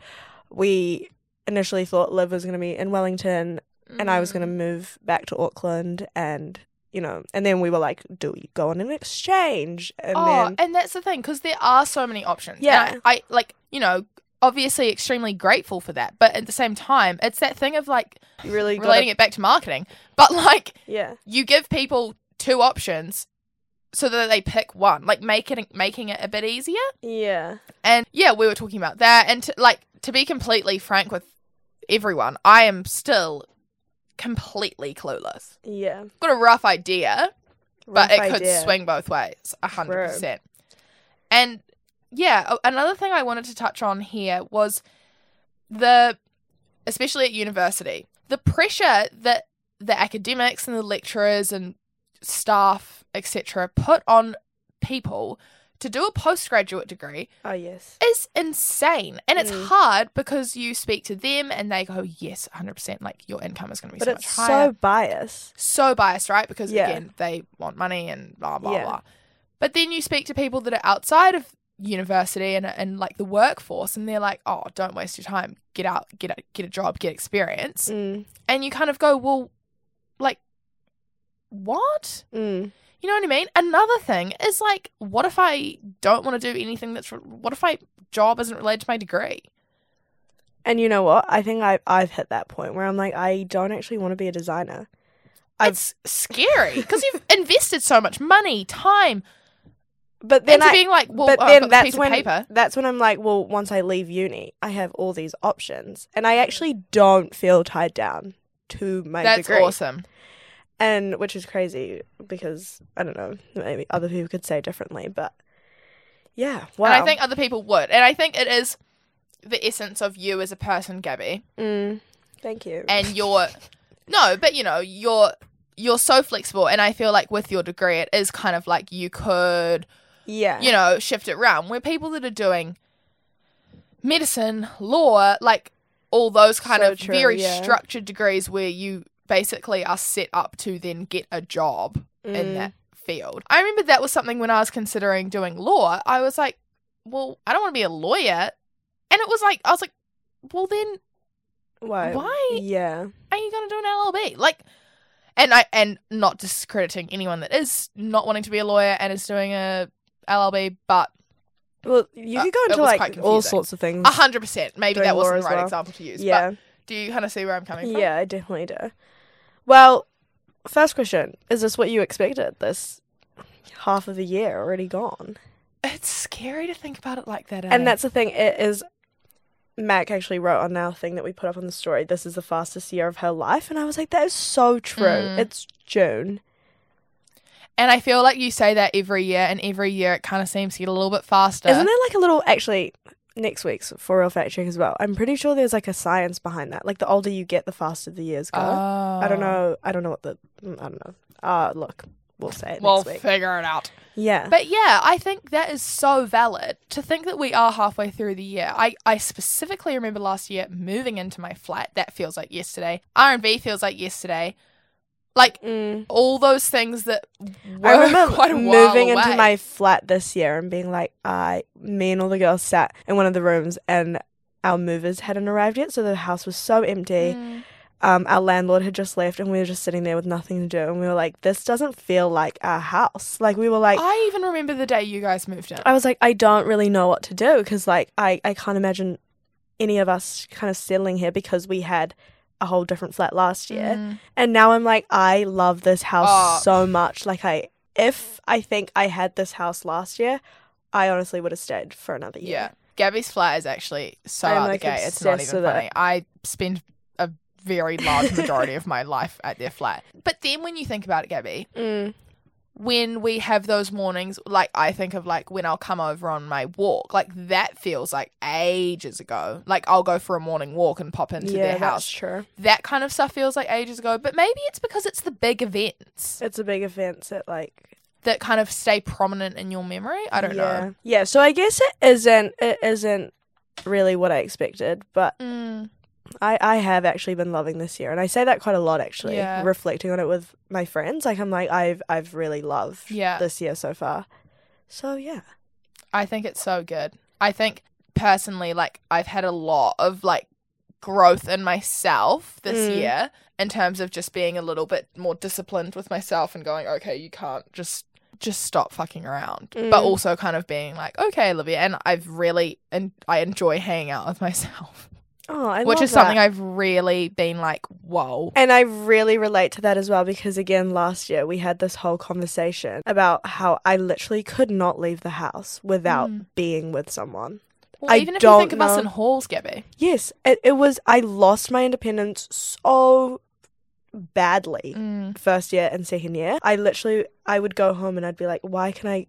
S2: we initially thought Liv was going to be in Wellington and I was going to
S1: Mm-hmm.
S2: move back to Auckland and. You know, and then we were like, "Do we go on an exchange?" And
S1: oh, *laughs*
S2: then,
S1: and that's the thing because there are so many options. And
S2: Yeah.
S1: I, I like you know obviously extremely grateful for that, but at the same time, it's that thing of like
S2: you really got
S1: relating it back to marketing. But *laughs* like
S2: yeah,
S1: you give people two options so that they pick one, like make it making it a bit easier.
S2: yeah,
S1: And yeah, we were talking about that. And to, like to be completely frank with everyone, I am still completely clueless.
S2: yeah.
S1: Got a rough idea but
S2: Rough
S1: it could
S2: idea.
S1: swing both ways, a hundred
S2: True.
S1: percent. And yeah, a- another thing I wanted to touch on here was the, especially at university, the pressure that the academics and the lecturers and staff etc. put on people to do a postgraduate degree
S2: Oh yes,
S1: is insane, and it's
S2: Mm.
S1: hard because you speak to them and they go, "Yes, hundred percent. Like your income is going to be
S2: but
S1: so
S2: it's
S1: much higher."
S2: so biased.
S1: so biased, right? Because
S2: Yeah.
S1: again, they want money and blah blah
S2: Yeah.
S1: blah. But then you speak to people that are outside of university and and like the workforce, and they're like, "Oh, don't waste your time. Get out, get a, get a job, get experience."
S2: Mm,
S1: And you kind of go, "Well, like, what?"
S2: mm,
S1: You know what I mean? Another thing is like, what if I don't want to do anything that's? re- What if my job isn't related to my degree?
S2: And you know what? I think I've I've hit that point where I'm like, I don't actually want to be a designer. I've,
S1: it's scary because you've invested so much money, time
S2: but then
S1: into
S2: I,
S1: being like, well,
S2: but
S1: oh, I've got this
S2: then
S1: piece
S2: that's
S1: of
S2: when
S1: paper.
S2: that's when I'm like, well, once I leave uni, I have all these options, and
S1: Mm.
S2: I actually don't feel tied down to my
S1: That's
S2: degree,
S1: awesome.
S2: and which is crazy because I don't know, maybe other people could say differently, but yeah, wow.
S1: And I think other people would. And I think it is the essence of you as a person, Gabby.
S2: Mm, thank you.
S1: and you're no but you know you're you're so flexible and i feel like with your degree it is kind of like you could
S2: *laughs* yeah,
S1: you know shift it around where people that are doing medicine law like all those kind
S2: So
S1: of
S2: true,
S1: very
S2: yeah.
S1: structured degrees where you basically are set up to then get a job in
S2: Mm.
S1: that field. I remember that was something when I was considering doing law. I was like, well, I don't want to be a lawyer. And it was like, I was like, well, then
S2: Why?
S1: why
S2: Yeah.
S1: are you going to do an LLB? Like, and I, and not discrediting anyone that is not wanting to be a lawyer and is doing a LLB, but
S2: Well, you
S1: Uh,
S2: could go
S1: it
S2: into
S1: was
S2: like
S1: quite
S2: all
S1: confusing.
S2: sorts of things.
S1: a hundred percent, maybe
S2: Doing
S1: that
S2: law
S1: wasn't
S2: as
S1: the right
S2: well.
S1: example to use.
S2: yeah,
S1: But do you kind of see where I'm coming from?
S2: yeah, I definitely do. Well, first question: Is this what you expected? This half of a year already gone,
S1: It's scary to think about it like that. eh?
S2: and that's the thing. It is. Mac actually wrote on our thing that we put up on the story. This is the fastest year of her life, and I was like, that is so true.
S1: Mm.
S2: It's June.
S1: and I feel like you say that every year, and every year it kind of seems to get a little bit faster.
S2: Isn't there like a little actually? Next week's for real fact check as well. I'm pretty sure there's like a science behind that. Like the older you get, the faster the years go.
S1: Oh.
S2: I don't know. I don't know what the. mm, I don't know. Uh, look, we'll say it
S1: We'll
S2: next week.
S1: figure it out.
S2: yeah.
S1: *laughs* But yeah, I think that is so valid to think that we are halfway through the year. I, I specifically remember last year moving into my flat. That feels like yesterday. R and B feels like yesterday. Like
S2: Mm.
S1: all those things that were *laughs*
S2: I remember
S1: quite a while
S2: moving into
S1: away.
S2: my flat this year and being like, I, me and all the girls sat in one of the rooms and our movers hadn't arrived yet, so the house was so empty.
S1: Mm.
S2: Um, our landlord had just left and we were just sitting there with nothing to do, and we were like, this doesn't feel like our house. Like we were like.
S1: I even remember the day you guys moved in.
S2: I was like, I don't really know what to do because, like, I, I can't imagine any of us kind of settling here because we had a whole different flat last year.
S1: Mm.
S2: And now I'm like, I love this house
S1: Oh.
S2: so much. Like, I, if I think I had this house last year, I honestly would have stayed for another year.
S1: Yeah. Gabby's flat is actually so
S2: I'm,
S1: out
S2: like,
S1: the gate. It's not
S2: obsessed
S1: even
S2: with it.
S1: funny. I spend a very large majority of my life at their flat. But then when you think about it, Gabby,
S2: Mm.
S1: when we have those mornings, like I think of like when I'll come over on my walk, like that feels like ages ago. Like I'll go for a morning walk and pop into
S2: yeah,
S1: their
S2: that's
S1: house.
S2: true.
S1: That kind of stuff feels like ages ago, but maybe it's because it's the big events
S2: It's a big offense at like
S1: that kind of stay prominent in your memory. I don't
S2: yeah. know. Yeah, so I guess it isn't it isn't really what I expected, but
S1: know. Mm.
S2: I, I have actually been loving this year, and I say that quite a lot actually.
S1: Yeah.
S2: Reflecting on it with my friends, like I'm like I've I've really loved
S1: Yeah.
S2: this year so far. So yeah,
S1: I think it's so good. I think personally, like I've had a lot of like growth in myself this
S2: Mm.
S1: year in terms of just being a little bit more disciplined with myself and going, okay, you can't just just stop fucking around.
S2: Mm.
S1: But also kind of being like, okay, Olivia, and I've really and I enjoy hanging out with *laughs* myself,
S2: oh, I
S1: which
S2: love
S1: is something
S2: that.
S1: I've really been like, whoa.
S2: and I really relate to that as well because again last year we had this whole conversation about how I literally could not leave the house without
S1: Mm.
S2: being with someone.
S1: Well,
S2: I
S1: even if you
S2: don't
S1: think of us
S2: know.
S1: in halls, Gabby.
S2: Yes, it, it was I lost my independence so badly.
S1: Mm.
S2: first year and second year, I literally I would go home and I'd be like, why can I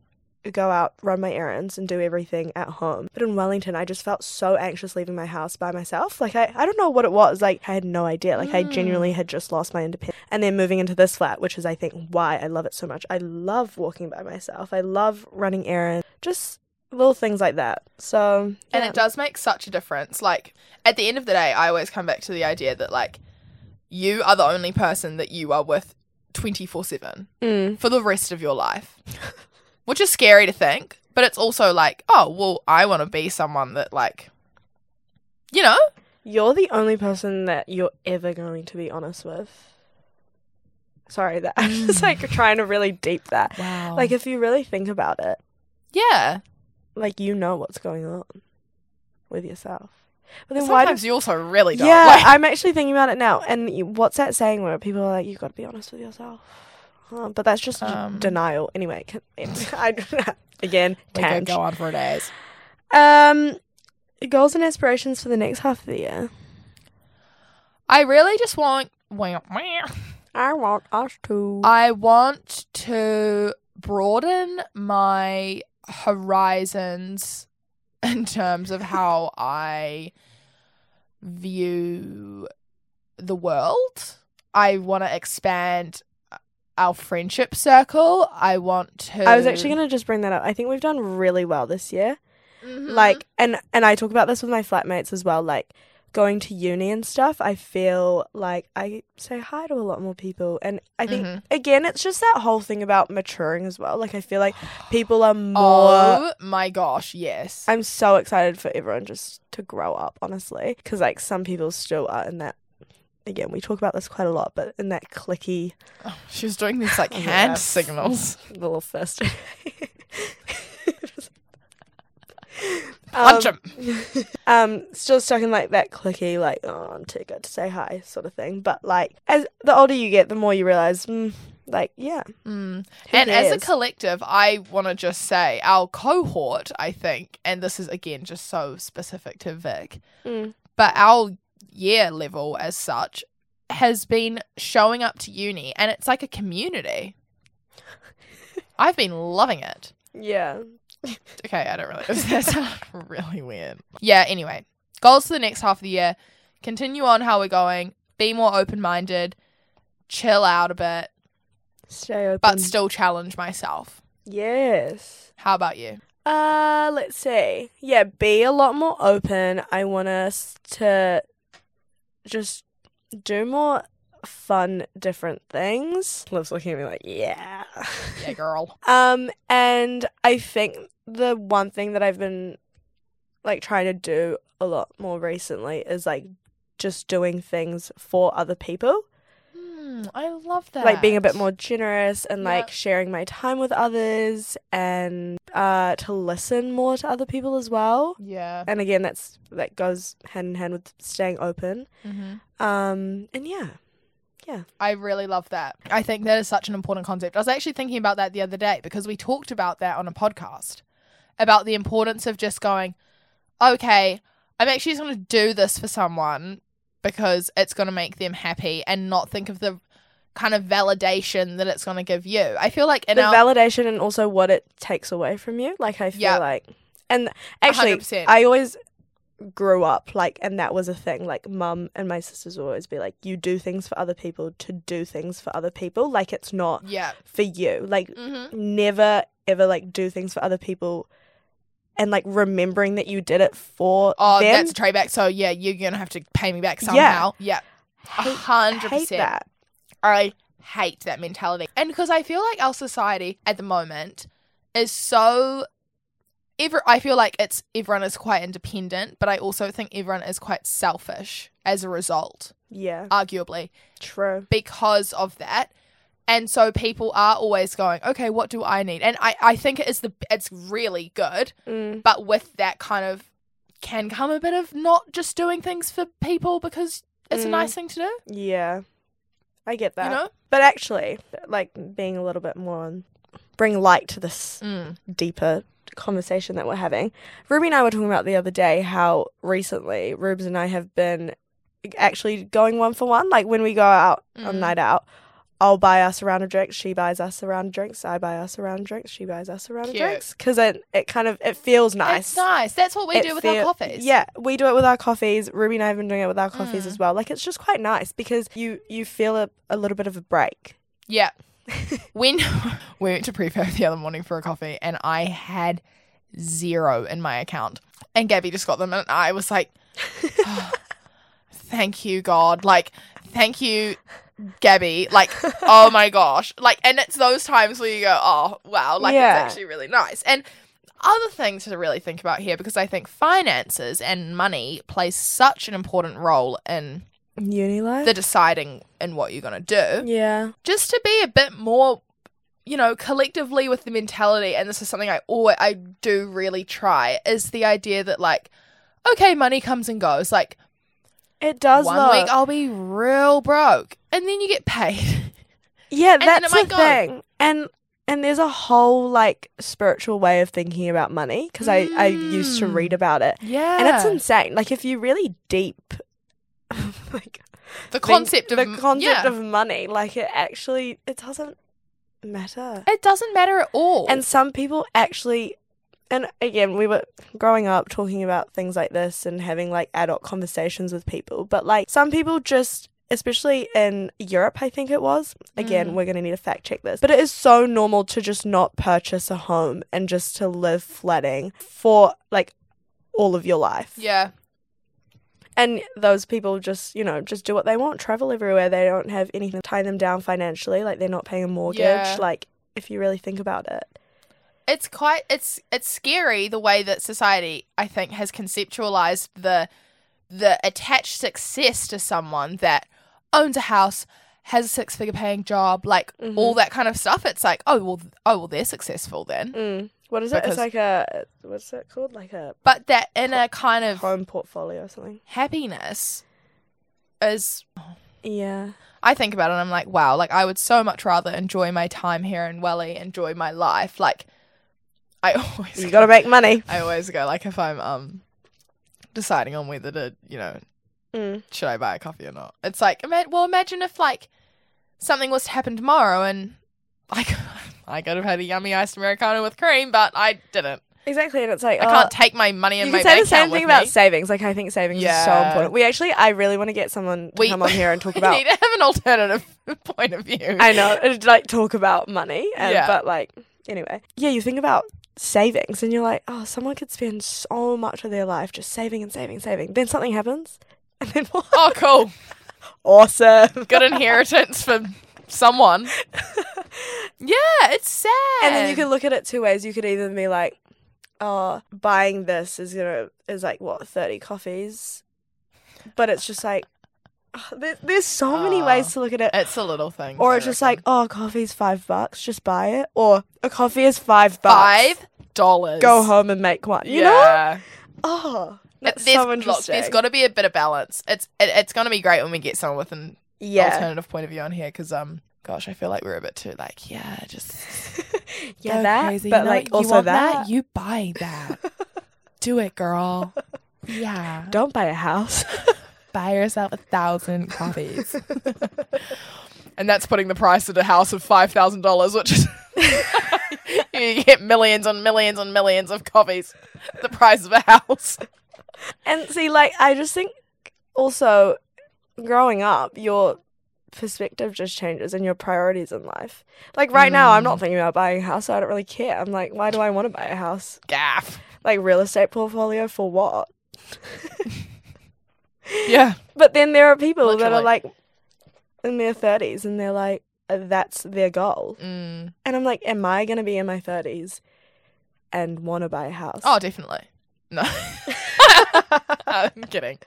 S2: go out, run my errands and do everything at home? But in Wellington, I just felt so anxious leaving my house by myself. Like I, I don't know what it was. Like I had no idea. Like I
S1: Mm.
S2: genuinely had just lost my independence. And then moving into this flat, which is I think why I love it so much. I love walking by myself. I love running errands. Just little things like that. So
S1: And
S2: yeah.
S1: it does make such a difference. Like, at the end of the day, I always come back to the idea that, like, you are the only person that you are with 24 7
S2: Mm.
S1: for the rest of your life, *laughs* which is scary to think. But it's also like, oh, well, I want to be someone that, like, you know,
S2: You're the only person that you're ever going to be honest with. Sorry, that *laughs* I'm just
S1: Hmm.
S2: like trying to really deep that.
S1: wow.
S2: Like, if you really think about it,
S1: yeah.
S2: like you know what's going on with yourself. But then why do
S1: Sometimes you also really don't.
S2: yeah,
S1: Like,
S2: I'm actually thinking about it now. And you- what's that saying where people are like, "You got to be honest with yourself," Uh, but that's just d-
S1: Um,
S2: denial. Anyway, can, *laughs* I,
S1: *laughs*
S2: again,
S1: we could
S2: tangent.
S1: go on for days.
S2: Um, goals and aspirations for the next half of the year.
S1: I really just want. wah, wah.
S2: I want us to.
S1: I want to broaden my horizons *laughs* in terms of how I view the world. I want to expand uh, our friendship circle. I want to.
S2: I was actually gonna just bring that up. I think we've done really well this year.
S1: Mhm.
S2: Like, and and I talk about this with my flatmates as well. Like, going to uni and stuff. I feel like I say hi to a lot more people, and I think
S1: Mhm.
S2: again, it's just that whole thing about maturing as well. Like, I feel like people are more.
S1: Oh my gosh! Yes.
S2: I'm so excited for everyone just to grow up, honestly, because like some people still are in that. Again, we talk about this quite a lot, but in that clicky
S1: Oh, she was doing
S2: *laughs*
S1: these like hand
S2: Yeah.
S1: signals.
S2: little fist.
S1: Punch
S2: um,
S1: 'em.
S2: um, still stuck in like that clicky, like oh, I'm too good to say hi, sort of thing. But like, as the older you get, the more you realize, mm, like, yeah,
S1: Mm.
S2: who
S1: And as a
S2: cares?
S1: collective, I want to just say our cohort, I think, and this is again just so specific to Vic,
S2: Mm.
S1: but our year level as such has been showing up to uni and it's like a
S2: *laughs*
S1: community. I've been loving it.
S2: yeah,
S1: Okay, I don't really. *laughs* That sounds really weird. Yeah, anyway, goals for the next half of the year continue on how we're going, be more open minded, chill out a bit,
S2: stay open.
S1: but still challenge myself.
S2: yes.
S1: How about you?
S2: Uh, let's see. Yeah, be a lot more open. I want us to just do more fun, different things. Liv's looking at me like, yeah. *laughs*
S1: Yeah, girl.
S2: Um, and I think the one thing that I've been like trying to do a lot more recently is like just doing things for other people,
S1: Hmm, I love that.
S2: like being a bit more generous and
S1: Yep.
S2: like sharing my time with others and uh to listen more to other people as well.
S1: Yeah.
S2: And again, that's that goes hand in hand with staying open.
S1: hmm
S2: Um, and yeah,
S1: I really love that. I think that is such an important concept. I was actually thinking about that the other day because we talked about that on a podcast about the importance of just going, okay, I'm actually just going to do this for someone because it's going to make them happy and not think of the kind of validation that it's going to give you. I feel like in
S2: the
S1: our
S2: validation and also what it takes away from you. Like I feel
S1: Yep.
S2: like, and actually,
S1: 100%.
S2: I always grew up like, and that was a thing. Like, mum and my sisters would always be like, "You do things for other people to do things for other people. Like it's not
S1: yeah.
S2: for you. Like
S1: hmm
S2: never ever like do things for other people." And like remembering that you did it for
S1: Oh,
S2: them,
S1: that's a tray back. So yeah, you're going to have to pay me back somehow. Yeah.
S2: Hate-
S1: 100%.
S2: hate that.
S1: I hate that mentality. And because I feel like our society at the moment is so ever I feel like it's everyone is quite independent, but I also think everyone is quite selfish as a result,
S2: Yeah,
S1: arguably,
S2: true.
S1: because of that. And so people are always going, okay, what do I need? And I, I think it is the it's really good,
S2: Mm.
S1: but with that kind of can come a bit of not just doing things for people because it's a
S2: Mm.
S1: nice thing to do,
S2: Yeah, I get that.
S1: you know?
S2: But actually, like being a little bit more on, bring light to this
S1: Mm.
S2: deeper conversation that we're having. Ruby and I were talking about the other day how recently Rubes and I have been actually going one for one. Like when we go out on
S1: Mm.
S2: night out, I'll buy us a round of drinks, she buys us a round of drinks, I buy us a round of drinks, she buys us a round
S1: Cute.
S2: of drinks. Because it, it kind of, it feels
S1: It's nice. That's what we
S2: it
S1: do with our
S2: feel-
S1: coffees.
S2: Yeah, we do it with our coffees. Ruby and I have been doing it with our coffees
S1: Mm.
S2: as well. Like it's just quite nice because you you feel a, a little bit of a break. *laughs*
S1: Yeah. when *laughs* we went to prefab the other morning for a coffee and I had zero in my account. And Gabby just got them and I was
S2: *laughs*
S1: like "Oh, Thank you, God. Like, thank you, Gabby. Like, oh my gosh. Like and it's those times where you go, Oh wow, like
S2: Yeah.
S1: it's actually really nice. And other things to really think about here because I think finances and money plays such an important role in
S2: Uni life.
S1: the deciding in what you're gonna do
S2: yeah.
S1: just to be a bit more you know collectively with the mentality and this is something i always i do really try is the idea that like okay, money comes and goes. Like
S2: It does
S1: one
S2: though.
S1: week I'll be real broke, and then you get paid.
S2: yeah,
S1: then it
S2: that's
S1: might
S2: the
S1: go.
S2: thing. And and there's a whole like spiritual way of thinking about money because I I used to
S1: Mm.
S2: read about it.
S1: yeah,
S2: And it's insane. Like if you really deep *laughs* like
S1: the concept of
S2: the
S1: m-
S2: concept
S1: yeah.
S2: of money, like it actually it doesn't matter.
S1: it doesn't matter at all.
S2: And some people actually, and again, we were growing up talking about things like this and having like adult conversations with people, but like some people just, especially in Europe, I think it was. Again,
S1: Mm.
S2: we're going to need to fact check this, but it is so normal to just not purchase a home and just to live flatting for like all of your life.
S1: yeah,
S2: And those people just, you know, just do what they want, travel everywhere. They don't have anything to tie them down financially. Like they're not paying a mortgage.
S1: Yeah.
S2: Like if you really think about it.
S1: it's quite it's it's scary the way that society I think has conceptualized the the attached success to someone that owns a house, has a six figure paying job, like
S2: Mhm.
S1: all that kind of stuff. It's like oh well oh well they're successful then,
S2: Mm. What is it?
S1: Because-
S2: It's like a what's that called? Like a
S1: but that inner kind of
S2: home portfolio or something.
S1: happiness is
S2: Yeah.
S1: I think about it and I'm like, wow, like I would so much rather enjoy my time here in Welly, enjoy my life. Like I *laughs* always
S2: You gotta make money.
S1: I always go like if I'm um deciding on whether to, you know,
S2: Mm.
S1: should I buy a coffee or not. It's like ima- well imagine if like something was to happen tomorrow and like *laughs* I could have had a yummy iced Americano with cream, but I didn't.
S2: Exactly, and it's like
S1: I
S2: oh,
S1: can't take my money and
S2: You
S1: my
S2: can say
S1: bank
S2: the same
S1: account
S2: thing
S1: with
S2: about
S1: me.
S2: savings. Like I think savings is so
S1: Yeah.
S2: important. We actually, I really want to get someone to
S1: We-
S2: come on here and
S1: *laughs*
S2: talk
S1: We
S2: about.
S1: need to have an alternative *laughs* point of view.
S2: I know, and, like talk about money, and,
S1: Yeah.
S2: but like anyway, yeah. You think about savings, and you're like, oh, someone could spend so much of their life just saving and saving, saving. Then something happens, and then *laughs* what?
S1: *laughs* Oh cool.
S2: Awesome.
S1: Oh, good inheritance for
S2: *laughs*
S1: someone. yeah, it's sad.
S2: and then you can look at it two ways. You could either be like, "Oh, buying this is gonna is like what thirty coffees," but it's just like oh, there, there's so many
S1: Oh.
S2: ways to look at it.
S1: It's a little thing.
S2: Or it's just like, "Oh, coffee's five bucks, just buy it," or "A coffee is five bucks,
S1: five dollars.
S2: go home and make one." You know?
S1: yeah.
S2: Oh,
S1: It-
S2: that's
S1: there's,
S2: so
S1: look,
S2: interesting.
S1: there's got to be a bit of balance. It's it, it's gonna be great when we get someone with an
S2: yeah,
S1: alternative point of view on here because um, gosh, I feel like we're a bit too like yeah, just
S2: yeah,
S1: go
S2: that.
S1: crazy.
S2: But
S1: You know
S2: like
S1: what- you
S2: also
S1: want
S2: that.
S1: you buy that. Do it, girl.
S2: *laughs*
S1: Yeah,
S2: Don't buy a house.
S1: buy yourself a thousand coffees. *laughs* and that's putting the price at a house of five thousand dollars, which is *laughs* you get millions and millions and millions of coffees. The price of a house.
S2: And see, like, I just think also growing up, your perspective just changes and your priorities in life. Like, right now, I'm not thinking about buying a house, so I don't really care. I'm like, why do I want to buy a house?
S1: Gaff.
S2: Like, real estate portfolio for what?
S1: Yeah.
S2: But then there are people that are
S1: Literally.
S2: like in their 30s and they're like, uh, that's their goal.
S1: Mm.
S2: And I'm like, am I going to be in my 30s and want to buy a house?
S1: Oh, definitely.
S2: *laughs*
S1: No. *laughs* I'm kidding.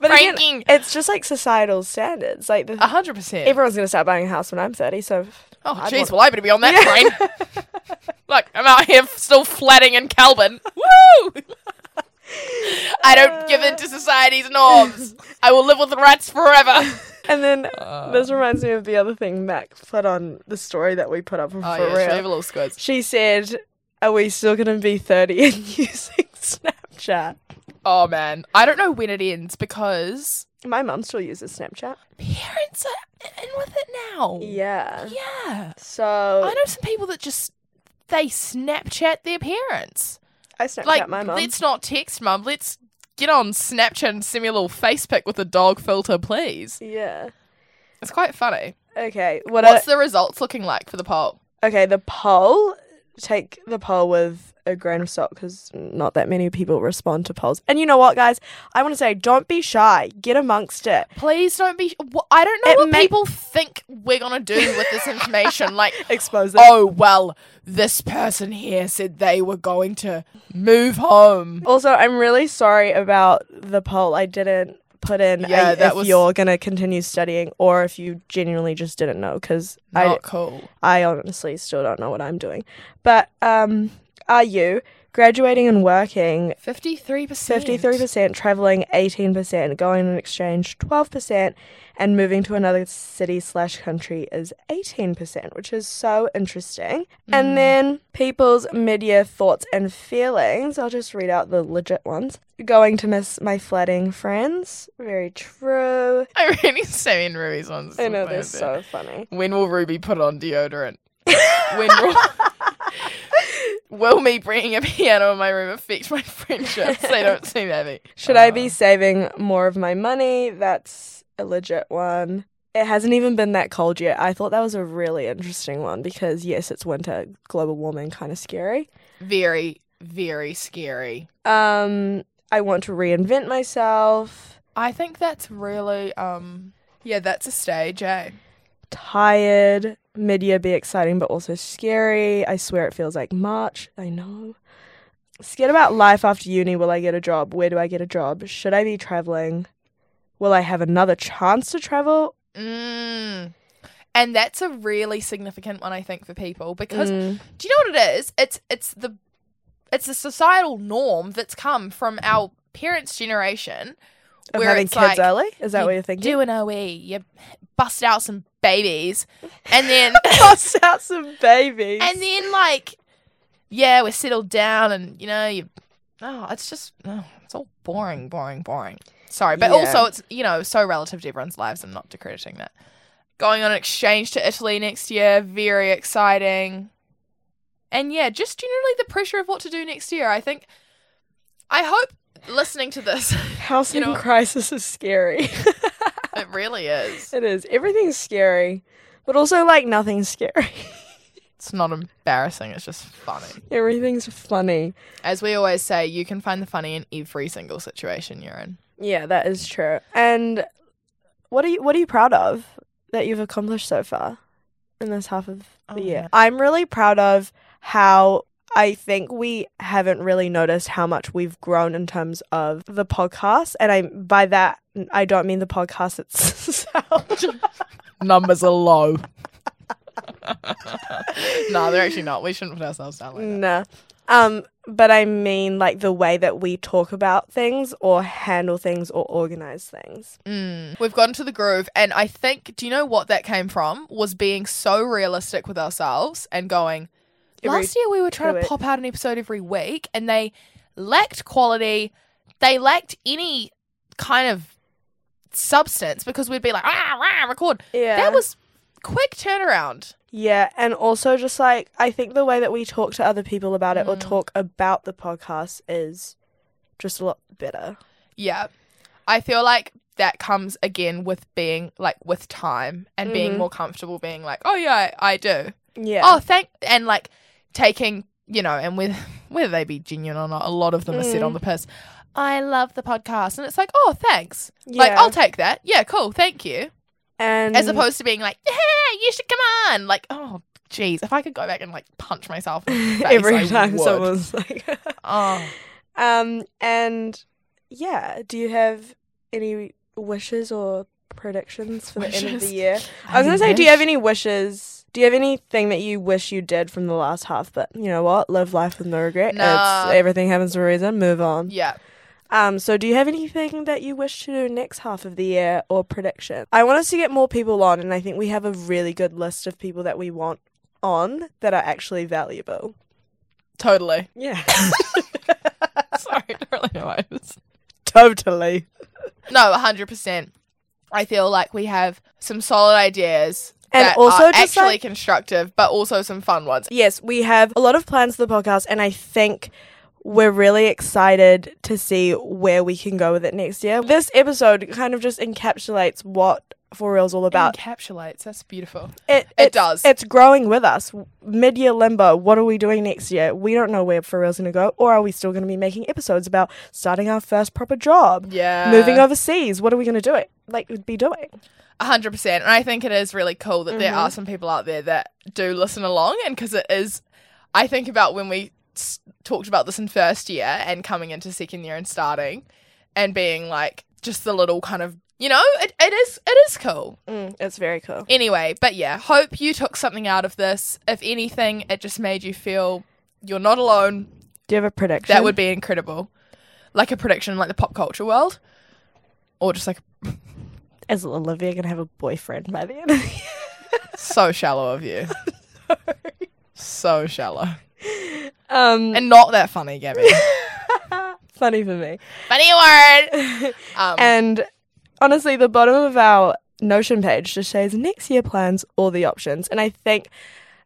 S2: but again,
S1: Pranking.
S2: it's just like societal standards. Like, the,
S1: A hundred percent.
S2: everyone's going to start buying a house when I'm 30, so
S1: Oh,
S2: I'd
S1: jeez.
S2: want-
S1: Well, I better be on that
S2: Yeah.
S1: train.
S2: *laughs*
S1: Look, I'm out here still flatting in Calvin. Woo! I don't give
S2: Uh.
S1: in to society's norms. I will live with rats
S2: *laughs*
S1: forever.
S2: And then
S1: Uh.
S2: this reminds me of the other thing Mac put on the story that we put up on
S1: Oh,
S2: for
S1: yeah, should I have
S2: real.
S1: a little squids.
S2: She said, "Are we still gonna be thirty and *laughs* using Snapchat?"
S1: Oh man, I don't know when it ends because
S2: My mum still uses Snapchat.
S1: parents are in with it now.
S2: Yeah.
S1: yeah.
S2: So
S1: I know some people that just they Snapchat their parents.
S2: I Snapchat
S1: Like,
S2: my mum.
S1: let's not text mum. Let's get on Snapchat and send me a little face pic with a dog filter, please.
S2: Yeah.
S1: It's quite funny.
S2: Okay. What?
S1: What's
S2: I,
S1: the results looking like for the poll?
S2: okay. The poll. Take the poll with a grain of salt because not that many people respond to polls. And you know what, guys? I want to say, don't be shy. Get amongst it.
S1: Please don't be. wh- I don't know
S2: It
S1: what
S2: may-
S1: people think we're gonna do with this information.
S2: *laughs*
S1: Like,
S2: Expose it.
S1: oh well, this person here said they were going to move home.
S2: Also, I'm really sorry about the poll. I didn't put in
S1: Yeah,
S2: a,
S1: that
S2: if
S1: was-
S2: you're gonna continue studying or if you genuinely just didn't know because
S1: Not cool.
S2: I I honestly still don't know what I'm doing. But um, are you graduating and working?
S1: 53%.
S2: 53%, traveling 18%, going on exchange 12%, and moving to another city slash country is 18%, which is so interesting. And then people's mid year thoughts and feelings. I'll just read out the legit ones. Going to miss my flirting friends. Very true.
S1: *laughs* I really Sammy and Ruby's ones.
S2: I know,
S1: Like,
S2: they're so funny.
S1: When will Ruby put on deodorant? when
S2: *laughs*
S1: will. Will me bringing a piano in my room affect my friendships? They don't seem Uh, happy.
S2: Should I
S1: Um,
S2: be saving more of my money? That's a legit one. It hasn't even been that cold yet. I thought that was a really interesting one because, yes, it's winter, global warming, kind of scary.
S1: Very, very scary.
S2: Um, I want to reinvent myself.
S1: I think that's really, um, yeah, that's a stage, eh?
S2: Tired. Mid year be exciting but also scary. I swear it feels like March. I know. Scared about life after uni. Will I get a job? Where do I get a job? Should I be traveling? Will I have another chance to travel?
S1: Mm. And that's a really significant one, I think, for people because
S2: Mm.
S1: do you know what it is? It's it's the it's the societal norm that's come from our parents' generation,
S2: of
S1: where
S2: having
S1: it's
S2: kids
S1: like
S2: early? Is that
S1: you
S2: what you're *laughs* thinking?
S1: do an OE, you bust out some babies, and then
S2: Bust out some *laughs* babies.
S1: and then like yeah, we're settled down, and you know you oh it's just oh, it's all boring, boring, boring. Sorry, but
S2: Yeah.
S1: also it's you know so relative to everyone's lives. I'm not decrediting that. Going on an exchange to Italy next year, very exciting. And yeah, just generally the pressure of what to do next year. I think, I hope listening to this, *laughs*
S2: housing
S1: you know-
S2: crisis is scary. *laughs*
S1: it really is.
S2: it is. Everything's scary, but also like nothing's scary. *laughs*
S1: It's not embarrassing, it's just funny.
S2: Everything's funny.
S1: As we always say, you can find the funny in every single situation you're in.
S2: Yeah, that is true. And what are you what are you proud of that you've accomplished so far in this half of
S1: Oh,
S2: the year?
S1: yeah.
S2: I'm really proud of how I think we haven't really noticed how much we've grown in terms of the podcast, and I by that I don't mean the podcast *laughs* itself.
S1: Numbers are *laughs* low. no, they're actually not. We shouldn't put ourselves down like that.
S2: Nah. Um, but I mean like the way that we talk about things or handle things or organize things.
S1: Mm. We've gotten to the groove, and I think, do you know what that came from? Was being so realistic with ourselves and going,
S2: Every
S1: last year we were trying
S2: two
S1: to
S2: weeks.
S1: pop out an episode every week, and they lacked quality. They lacked any kind of substance because we'd be like, ah, rah, record.
S2: Yeah.
S1: That was quick turnaround.
S2: Yeah, and also just like I think the way that we talk to other people about it or
S1: Mm.
S2: talk about the podcast is just a lot better.
S1: Yeah. I feel like that comes again with being like with time and being
S2: Mhm.
S1: more comfortable being like, oh yeah, I, I do.
S2: Yeah.
S1: Oh, thank and like taking, you know, and with whether *laughs* they be genuine or not, a lot of them are set
S2: Mm.
S1: on the piss. I love the podcast and it's like, oh, thanks.
S2: yeah. Mm-hmm.
S1: Like, I'll take that. Yeah, cool. Thank you.
S2: and
S1: As
S2: *laughs*
S1: opposed to being like, yeah, you should come on. Like, oh, jeez, if I could go back and like punch myself in
S2: *laughs*
S1: the face,
S2: every
S1: I
S2: time
S1: would.
S2: someone's like *laughs*
S1: Oh.
S2: um and yeah, do you have any wishes or predictions for the end of
S1: Wishes?
S2: the year? I was gonna say, do you have any wishes? Do you have anything that you wish you did from the last half? But you know what? Live life with no regret.
S1: Nah.
S2: It's everything happens for a reason. Move on.
S1: Yeah.
S2: Um, so do you have anything that you wish to do next half of the year or prediction? I want us to get more people on, and I think we have a really good list of people that we want on that are actually valuable.
S1: Totally.
S2: Yeah,
S1: *laughs* Sorry, I don't really know why I was-
S2: *laughs* totally.
S1: No, hundred percent. I feel like we have some solid ideas
S2: And
S1: that
S2: also
S1: are
S2: just,
S1: actually
S2: like-
S1: constructive, but also some fun ones.
S2: Yes, we have a lot of plans for the podcast, and I think we're really excited to see where we can go with it next year. This episode kind of just encapsulates what For Real's all about.
S1: Encapsulates. That's beautiful.
S2: It,
S1: It
S2: it's-
S1: does.
S2: It's growing with us. Mid year limbo. What are we doing next year? We don't know where For Real's going to go, or are we still going to be making episodes about starting our first proper job,
S1: Yeah.
S2: moving overseas? What are we going to do it? Like, be doing.
S1: hundred percent. And I think it is really cool that there are some people out there that do listen along, and because it is, I think about when we s- talked about this in first year and coming into second year and starting, and being like just the little kind of you know it, it is it is cool
S2: Mm, it's very cool.
S1: Anyway, but yeah, hope you took something out of this. If anything, it just made you feel You're not alone.
S2: Do you have a prediction?
S1: That would be incredible. Like a prediction, like the pop culture world, or just like
S2: Is Olivia gonna have a boyfriend by the end of the year?
S1: so shallow of you. So shallow.
S2: *laughs* Um,
S1: And not that funny, Gabby.
S2: *laughs* funny for me.
S1: funny word. Um,
S2: And honestly, the bottom of our Notion page just says next year plans, all the options. And I think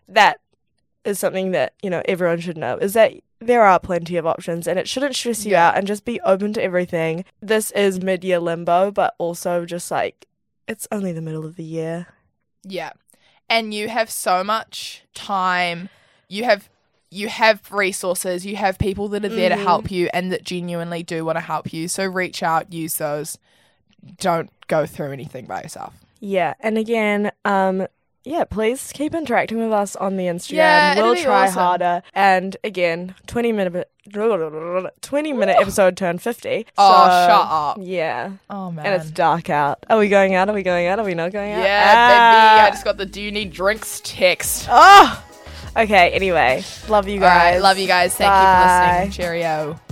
S2: that is something that, you know, everyone should know is that there are plenty of options and it shouldn't stress you
S1: Yeah.
S2: out and just be open to everything. This is mid year limbo, but also just like it's only the middle of the year.
S1: yeah. And you have so much time. You have you have resources. You have people that are there to
S2: Mhm.
S1: help you and that genuinely do want to help you. So reach out, use those. Don't go through anything by yourself.
S2: Yeah. And again, um, yeah, please keep interacting with us on the Instagram.
S1: Yeah, it'll
S2: we'll
S1: be
S2: try
S1: awesome.
S2: harder. And again, 20 minute 20 minute episode turned 50.
S1: Oh,
S2: So-
S1: shut up.
S2: Yeah.
S1: Oh man.
S2: And it's dark out. Are we going out? Are we going out? Are we not going out?
S1: yeah,
S2: Ah.
S1: baby. I just got the do you need drinks text.
S2: Oh. Okay. Anyway, love you
S1: All
S2: guys.
S1: right, love you guys. Thank you for
S2: Bye.
S1: listening. Cheerio.